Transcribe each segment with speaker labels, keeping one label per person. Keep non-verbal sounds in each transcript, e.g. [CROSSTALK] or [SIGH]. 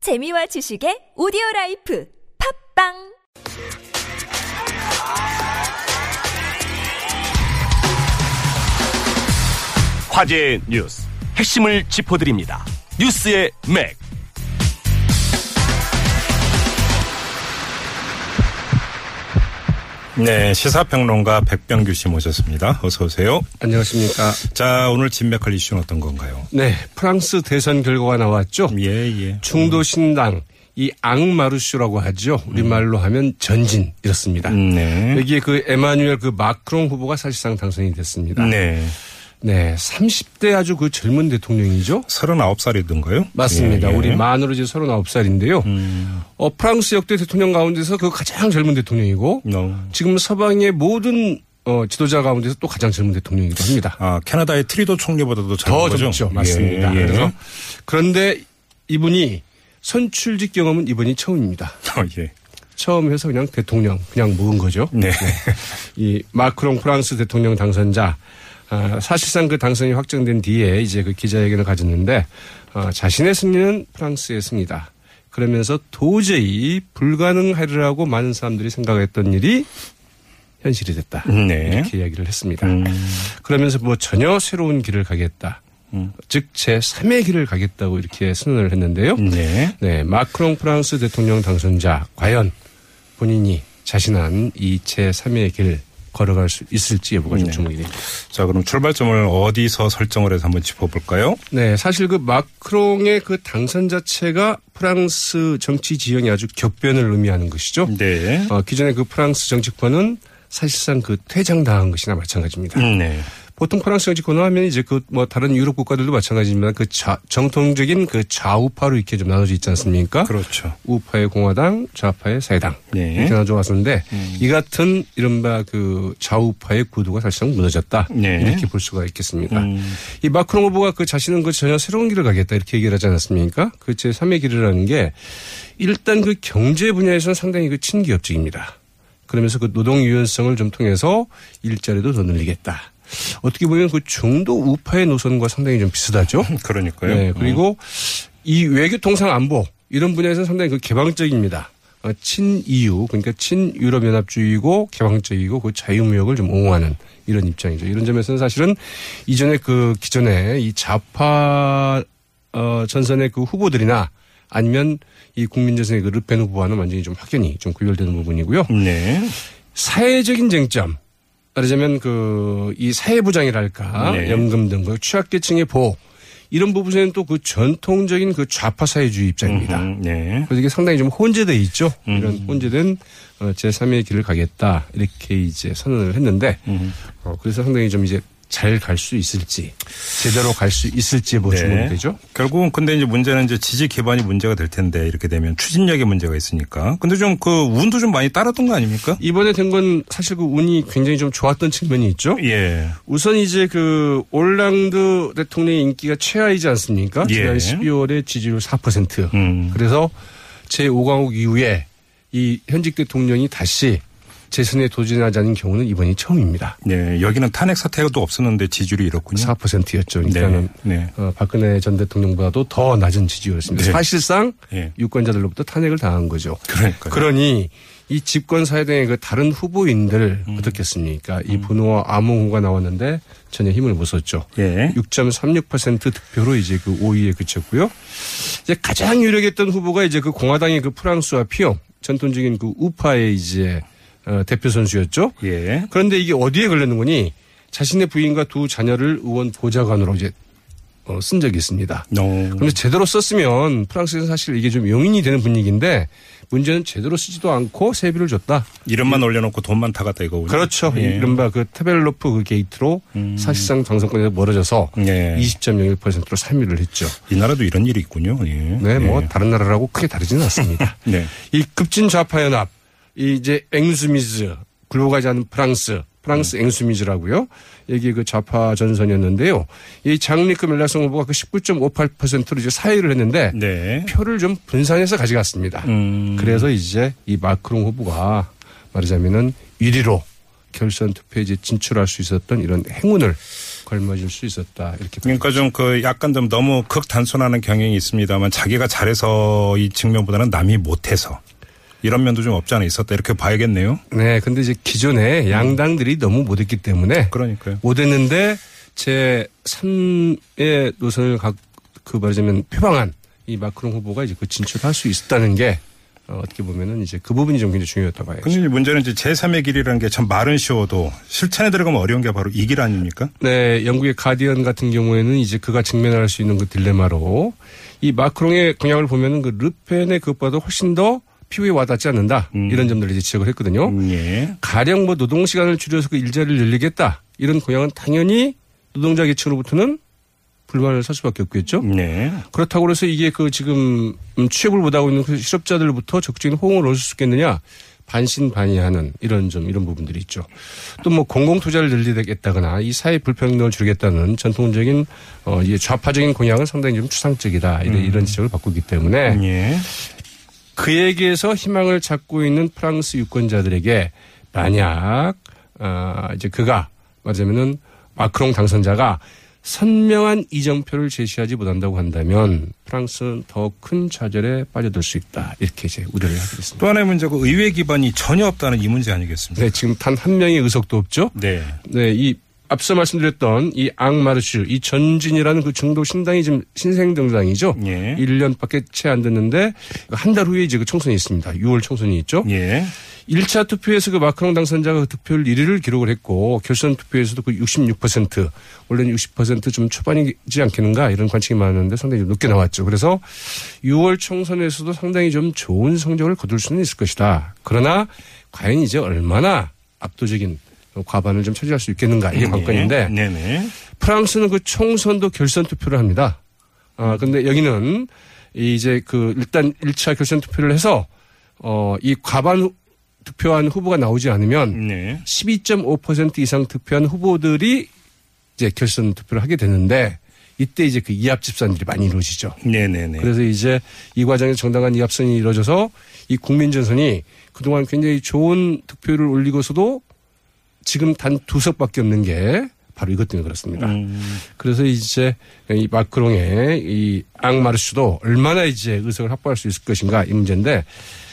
Speaker 1: 재미와 지식의 오디오 라이프 팝빵
Speaker 2: 화제의 뉴스 핵심을 짚어드립니다. 뉴스의 맥.
Speaker 3: 네, 시사평론가 백병규 씨 모셨습니다. 어서 오세요.
Speaker 4: 안녕하십니까.
Speaker 3: 자, 오늘 진맥할 이슈는 어떤 건가요?
Speaker 4: 네, 프랑스 대선 결과가 나왔죠.
Speaker 3: 예, 예.
Speaker 4: 중도 신당 이 앙마르쇼라고 하죠. 우리말로 하면 전진 이렇습니다.
Speaker 3: 음, 네.
Speaker 4: 여기에 그 에마뉴엘 그 마크롱 후보가 사실상 당선이 됐습니다.
Speaker 3: 네.
Speaker 4: 네, 30대 아주 그 젊은 대통령이죠.
Speaker 3: 39살이던가요?
Speaker 4: 맞습니다.
Speaker 3: 예, 음. 예.
Speaker 4: 우리 만으로 이제 39살인데요. 어, 프랑스 역대 대통령 가운데서 그 가장 젊은 대통령이고
Speaker 3: 어.
Speaker 4: 지금 서방의 모든 어, 지도자 가운데서 또 가장 젊은 대통령이기도 합니다.
Speaker 3: 아, 캐나다의 트리도 총리보다도 젊은
Speaker 4: 더
Speaker 3: 거죠?
Speaker 4: 젊죠. 맞습니다.
Speaker 3: 예, 예.
Speaker 4: 그래서 그런데 이분이 선출직 경험은 이번이 처음입니다.
Speaker 3: [LAUGHS] 어, 예.
Speaker 4: 처음 해서 그냥 대통령 그냥 모은 거죠.
Speaker 3: 네.
Speaker 4: [LAUGHS] 이 마크롱 프랑스 대통령 당선자 아, 사실상 그 당선이 확정된 뒤에 이제 그 기자회견을 가졌는데 아, 자신의 승리는 프랑스의 승리다. 그러면서 도저히 불가능하리라고 많은 사람들이 생각했던 일이 현실이 됐다.
Speaker 3: 네. 음.
Speaker 4: 이렇게 이야기를 했습니다. 그러면서 뭐 전혀 새로운 길을 가겠다.
Speaker 3: 음.
Speaker 4: 즉, 제 3의 길을 가겠다고 이렇게 선언을 했는데요.
Speaker 3: 네.
Speaker 4: 네, 마크롱 프랑스 대통령 당선자 과연 본인이 자신한 이 제 3의 길 걸어갈 수 있을지 여부가
Speaker 3: 네.
Speaker 4: 좀 주목이 됩니다.
Speaker 3: 자, 그럼 출발점을 어디서 설정을 해서 한번 짚어볼까요?
Speaker 4: 네, 사실 그 마크롱의 그 당선 자체가 프랑스 정치 지형이 아주 격변을 의미하는 것이죠.
Speaker 3: 네.
Speaker 4: 어, 기존의 그 프랑스 정치권은 사실상 그 퇴장당한 것이나 마찬가지입니다.
Speaker 3: 음, 네.
Speaker 4: 보통 프랑스 정치권 하면 이제 그 뭐 다른 유럽 국가들도 마찬가지지만 그 좌- 정통적인 그 좌우파로 이렇게 좀 나눠져 있지 않습니까?
Speaker 3: 그렇죠. [LAUGHS]
Speaker 4: 우파의 공화당, 좌파의 사회당
Speaker 3: 네. 음.
Speaker 4: 이렇게 나눠져 왔었는데 이 같은 이른바 그 좌우파의 구도가 사실상 무너졌다
Speaker 3: 네. 음.
Speaker 4: 이렇게 볼 수가 있겠습니다. 이 마크롱 후보가 그 자신은 그 전혀 새로운 길을 가겠다 이렇게 얘기를 하지 않았습니까? 그 제 3의 길이라는 게 일단 그 경제 분야에서는 상당히 그 친기업적입니다. 그러면서 그 노동 유연성을 좀 통해서 일자리도 더 늘리겠다. 어떻게 보면 그 중도 우파의 노선과 상당히 좀 비슷하죠.
Speaker 3: 그러니까요.
Speaker 4: 네, 그리고 이 외교통상 안보 이런 분야에서는 상당히 그 개방적입니다. 어, 친 EU 그러니까 친 유럽 연합주의고 개방적이고 그 자유무역을 좀 옹호하는 이런 입장이죠. 이런 점에서는 사실은 이전에 그 기존에 이 좌파 어, 전선의 그 후보들이나 아니면 이 국민전선의 그 르펜 후보와는 완전히 좀 확연히 좀 구별되는 부분이고요.
Speaker 3: 네.
Speaker 4: 사회적인 쟁점. 말하자면 그 이 사회부장이랄까
Speaker 3: 네.
Speaker 4: 연금 등그 취약계층의 보호 이런 부분에는 또 그 전통적인 그 좌파 사회주의 입장입니다.
Speaker 3: 음, 네.
Speaker 4: 그래서 이게 상당히 좀 혼재돼 있죠. 이런
Speaker 3: 음.
Speaker 4: 혼재된 어, 제 3의 길을 가겠다 이렇게 이제 선언을 했는데 어, 그래서 상당히 좀 이제 잘 갈 수 있을지 제대로 갈 수 있을지
Speaker 3: 네.
Speaker 4: 뭐 주목이 되죠.
Speaker 3: 결국은 근데 이제 문제는 이제 지지 기반이 문제가 될 텐데 이렇게 되면 추진력의 문제가 있으니까. 근데 좀 그 운도 좀 많이 따랐던 거 아닙니까?
Speaker 4: 이번에 된 건 사실 그 운이 굉장히 좀 좋았던 측면이 있죠.
Speaker 3: 예.
Speaker 4: 우선 이제 그 올랑드 대통령의 인기가 최하이지 않습니까?
Speaker 3: 예.
Speaker 4: 지난 12월에 지지율 4%.
Speaker 3: 음.
Speaker 4: 그래서 제5강국 이후에 이 현직 대통령이 다시 재선에 도전하지 않은 경우는 이번이 처음입니다.
Speaker 3: 네. 여기는 탄핵 사태도 없었는데 지지율이 이렇군요. 어.
Speaker 4: 4%였죠. 그러니까는
Speaker 3: 네.
Speaker 4: 어, 박근혜 전 대통령보다도 더 낮은 지지율이었습니다.
Speaker 3: 네.
Speaker 4: 사실상
Speaker 3: 예.
Speaker 4: 유권자들로부터 탄핵을 당한 거죠.
Speaker 3: 그러니까요.
Speaker 4: 그러니 이 집권 사회당의 그 다른 후보인들
Speaker 3: 음.
Speaker 4: 어떻겠습니까? 이 분호와 암호가 나왔는데 전혀 힘을 못 썼죠.
Speaker 3: 예.
Speaker 4: 6.36% 득표로 이제 그 5위에 그쳤고요. 이제 가장 유력했던 후보가 이제 그 공화당의 그 프랑스와 피용 전통적인 그 우파의 이제 어, 대표 선수였죠.
Speaker 3: 예.
Speaker 4: 그런데 이게 어디에 걸렸는 거니? 자신의 부인과 두 자녀를 의원 보좌관으로 이제 어, 쓴 적이 있습니다.
Speaker 3: 어.
Speaker 4: 그런데 제대로 썼으면 프랑스에서 사실 이게 좀 용인이 되는 분위기인데 문제는 제대로 쓰지도 않고 세비를 줬다.
Speaker 3: 이름만 올려놓고 돈만 타갔다 이거군요.
Speaker 4: 그렇죠.
Speaker 3: 예.
Speaker 4: 이른바 그 테벨로프 그 게이트로 사실상 당선권에서 멀어져서
Speaker 3: 예.
Speaker 4: 20.01%로 3위를 했죠.
Speaker 3: 이 나라도 이런 일이 있군요. 예.
Speaker 4: 네, 뭐
Speaker 3: 예.
Speaker 4: 다른 나라라고 크게 다르지는 않습니다.
Speaker 3: [LAUGHS] 네.
Speaker 4: 이 급진 좌파 연합, 이 이제 앵수미즈 굴고 가지 않은 프랑스, 프랑스
Speaker 3: 음.
Speaker 4: 앵수미즈라고요. 여기 그 좌파 전선이었는데요. 이 장리크 멜라송 후보가 그 19.58%로 이제 사위를 했는데
Speaker 3: 네.
Speaker 4: 표를 좀 분산해서 가져갔습니다.
Speaker 3: 음.
Speaker 4: 그래서 이제 이 마크롱 후보가 말하자면은 1위로 결선 투표에 이제 진출할 수 있었던 이런 행운을 걸맞을 수 있었다 이렇게
Speaker 3: 그러니까 좀 그 약간 좀 너무 극단순하는 경향이 있습니다만 자기가 잘해서 이 측면보다는 남이 못해서 이런 면도 좀 없지 않아 있었다 이렇게 봐야겠네요.
Speaker 4: 네, 근데 이제 기존에 양당들이 너무 못했기 때문에
Speaker 3: 음. 그러니까요.
Speaker 4: 못했는데 제 3의 노선을 각, 그 말하자면 표방한 이 마크롱 후보가 이제 그 진출할 수 있었다는 게 어, 어떻게 보면은 이제 그 부분이 좀 굉장히 중요했다고 봐야죠.
Speaker 3: 근데 이제 문제는 이제 제3의 길이라는 게 참 말은 쉬워도 실천에 들어가면 어려운 게 바로 이 길 아닙니까?
Speaker 4: 네, 영국의 가디언 같은 경우에는 이제 그가 직면할 수 있는 그 딜레마로 이 마크롱의 공약을 보면은 그 르펜의 그것보다 훨씬 더 피부에 와닿지 않는다
Speaker 3: 음.
Speaker 4: 이런 점들을 이제 지적을 했거든요.
Speaker 3: 예.
Speaker 4: 가령 뭐 노동 시간을 줄여서 그 일자리를 늘리겠다 이런 공약은 당연히 노동자 계층으로부터는 불만을 살 수밖에 없겠죠.
Speaker 3: 네.
Speaker 4: 그렇다고 해서 이게 그 지금 음, 취업을 못하고 있는 그 실업자들부터 적극적인 호응을 얻을 수 있겠느냐 반신반의하는 이런 점 이런 부분들이 있죠. 또 뭐 공공 투자를 늘리겠다거나 이 사회 불평등을 줄이겠다는 전통적인 어, 이 좌파적인 공약은 상당히 좀 추상적이다 이런, 이런 지적을 받고 있기 때문에
Speaker 3: 예.
Speaker 4: 그에게서 희망을 찾고 있는 프랑스 유권자들에게 만약 아 이제 그가 말하자면은 마크롱 당선자가 선명한 이정표를 제시하지 못한다고 한다면 프랑스는 더 큰 좌절에 빠져들 수 있다 이렇게 이제 우려를 하고 있습니다.
Speaker 3: 또 하나의 문제가 의회 기반이 전혀 없다는 이 문제 아니겠습니까?
Speaker 4: 네 지금 단 한 명의 의석도 없죠.
Speaker 3: 네.
Speaker 4: 네, 이 앞서 말씀드렸던 이 앙마르슈, 이 전진이라는 그 중도 신당이 지금 신생정당이죠.
Speaker 3: 예.
Speaker 4: 1년밖에 채 안 됐는데 한 달 후에 이제 그 총선이 있습니다. 6월 총선이 있죠.
Speaker 3: 예.
Speaker 4: 1차 투표에서 그 마크롱 당선자가 그 득표율 1위를 기록을 했고 결선 투표에서도 그 66% 원래는 60%좀 초반이지 않겠는가 이런 관측이 많았는데 상당히 좀 높게 나왔죠. 그래서 6월 총선에서도 상당히 좀 좋은 성적을 거둘 수는 있을 것이다. 그러나 과연 이제 얼마나 압도적인 과반을 좀 차지할 수 있겠는가
Speaker 3: 네.
Speaker 4: 이게 관건인데
Speaker 3: 예. 음. 네네.
Speaker 4: 프랑스는 그 총선도 결선 투표를 합니다. 아, 근데 여기는 이제 그 일단 1차 결선 투표를 해서 어, 이 과반 후- 투표한 후보가 나오지 않으면
Speaker 3: 네.
Speaker 4: 12.5% 이상 투표한 후보들이 이제 결선 투표를 하게 되는데 이때 이제 그 이합 집산들이 많이 이루어지죠.
Speaker 3: 네네네.
Speaker 4: 그래서 이제 이 과정에서 정당한 이합선이 이루어져서 이 국민전선이 그동안 굉장히 좋은 득표를 올리고서도 지금 단 두 석밖에 없는 게 바로 이것 때문에 그렇습니다. 그래서 이제 이 마크롱의 이 앙마르슈도 얼마나 이제 의석을 확보할 수 있을 것인가 이 문제인데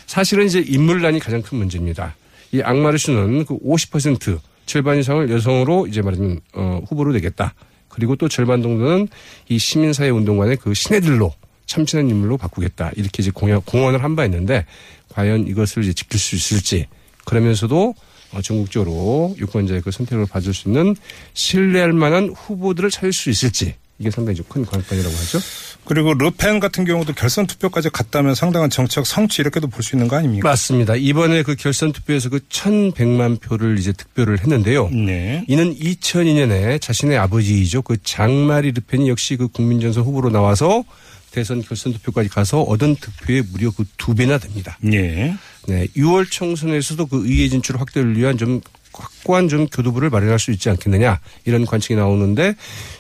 Speaker 4: 사실은 이제 인물난이 가장 큰 문제입니다. 이 앙마르슈는 그 50% 절반 이상을 여성으로 이제 말하자면 어, 후보로 되겠다. 그리고 또 절반 정도는 이 시민사회 운동관의 그 신애들로 참신한 인물로 바꾸겠다. 이렇게 이제 공약, 공언을 한 바 있는데 과연 이것을 이제 지킬 수 있을지 그러면서도 어, 전국적으로 유권자의 그 선택을 받을 수 있는 신뢰할 만한 후보들을 찾을 수 있을지 이게 상당히 좀 큰 관건이라고 하죠.
Speaker 3: 그리고 르펜 같은 경우도 결선 투표까지 갔다면 상당한 정치적 성취 이렇게도 볼 수 있는 거 아닙니까?
Speaker 4: 맞습니다. 이번에 그 결선 투표에서 그 1,100만 표를 이제 득표를 했는데요.
Speaker 3: 네.
Speaker 4: 이는 2002년에 자신의 아버지이죠. 그 장마리 르펜이 역시 그 국민전선 후보로 나와서 대선 결선 투표까지 가서 얻은 득표의 무려 그 두 배나 됩니다.
Speaker 3: 예.
Speaker 4: 네, 6월 총선에서도 그 의회 진출 확대를 위한 좀 확고한 좀 교두부를 마련할 수 있지 않겠느냐 이런 관측이 나오는데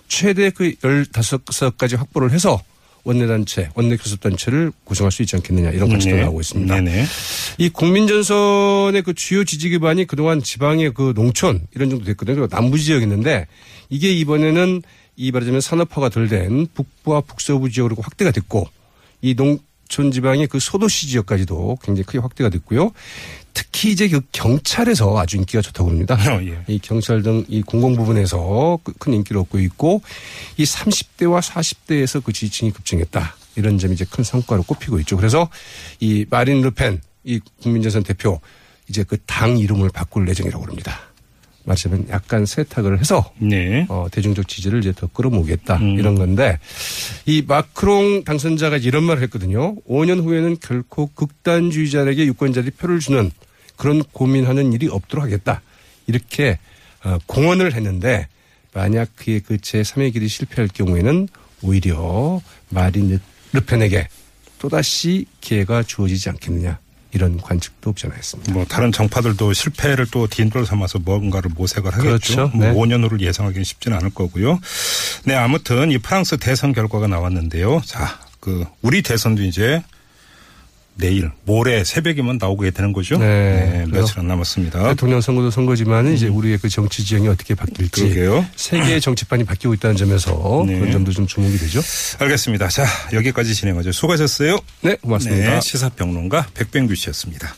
Speaker 4: 최대 그 15석까지 확보를 해서 원내단체, 원내교섭단체를 구성할 수 있지 않겠느냐 이런 관측도
Speaker 3: 네.
Speaker 4: 나오고 있습니다.
Speaker 3: 네네.
Speaker 4: 이 국민전선의 그 주요 지지 기반이 그동안 지방의 그 농촌 이런 정도 됐거든요. 그리고 남부 지역이었는데 이게 이번에는 이 말하자면 산업화가 덜 된 북부와 북서부 지역으로 확대가 됐고 이 농촌 지방의 그 소도시 지역까지도 굉장히 크게 확대가 됐고요. 특히 이제 그 경찰에서 아주 인기가 좋다고 합니다.
Speaker 3: 어, 예.
Speaker 4: 이 경찰 등 이 공공 부분에서 그- 큰 인기를 얻고 있고 이 30대와 40대에서 그 지지층이 급증했다. 이런 점이 이제 큰 성과로 꼽히고 있죠. 그래서 이 마린 르펜 이 국민재선 대표 이제 그 당 이름을 바꿀 예정이라고 합니다. 말하자면 약간 세탁을 해서
Speaker 3: 네.
Speaker 4: 어, 대중적 지지를 이제 더 끌어모으겠다 이런 건데 이 마크롱 당선자가 이런 말을 했거든요. 5년 후에는 결코 극단주의자에게 유권자들이 표를 주는 그런 고민하는 일이 없도록 하겠다 이렇게 어, 공언을 했는데 만약 그의 그 제3의 길이 실패할 경우에는 오히려 마린 르- 르펜에게 또다시 기회가 주어지지 않겠느냐 이런 관측도 없지 않아 있습니다.
Speaker 3: 뭐 다른 정파들도 실패를 또 딘돌 삼아서 뭔가를 모색을 하겠죠.
Speaker 4: 그렇죠.
Speaker 3: 뭐
Speaker 4: 네.
Speaker 3: 5년으로 예상하기는 쉽지는 않을 거고요. 네, 아무튼 이 프랑스 대선 결과가 나왔는데요. 자, 그 우리 대선도 이제 내일 모레 새벽이면 나오게 되는 거죠. 네,
Speaker 4: 네.
Speaker 3: 며칠 안 남았습니다.
Speaker 4: 대통령 선거도 선거지만 이제 우리의 그 정치 지형이 어떻게 바뀔지
Speaker 3: 음. 그러게요.
Speaker 4: 세계의 정치판이 바뀌고 있다는 점에서
Speaker 3: 네.
Speaker 4: 그런 점도 좀 주목이 되죠.
Speaker 3: 알겠습니다. 자 여기까지 진행하죠. 수고하셨어요.
Speaker 4: 네, 고맙습니다.
Speaker 3: 네, 시사평론가 백병규 씨였습니다.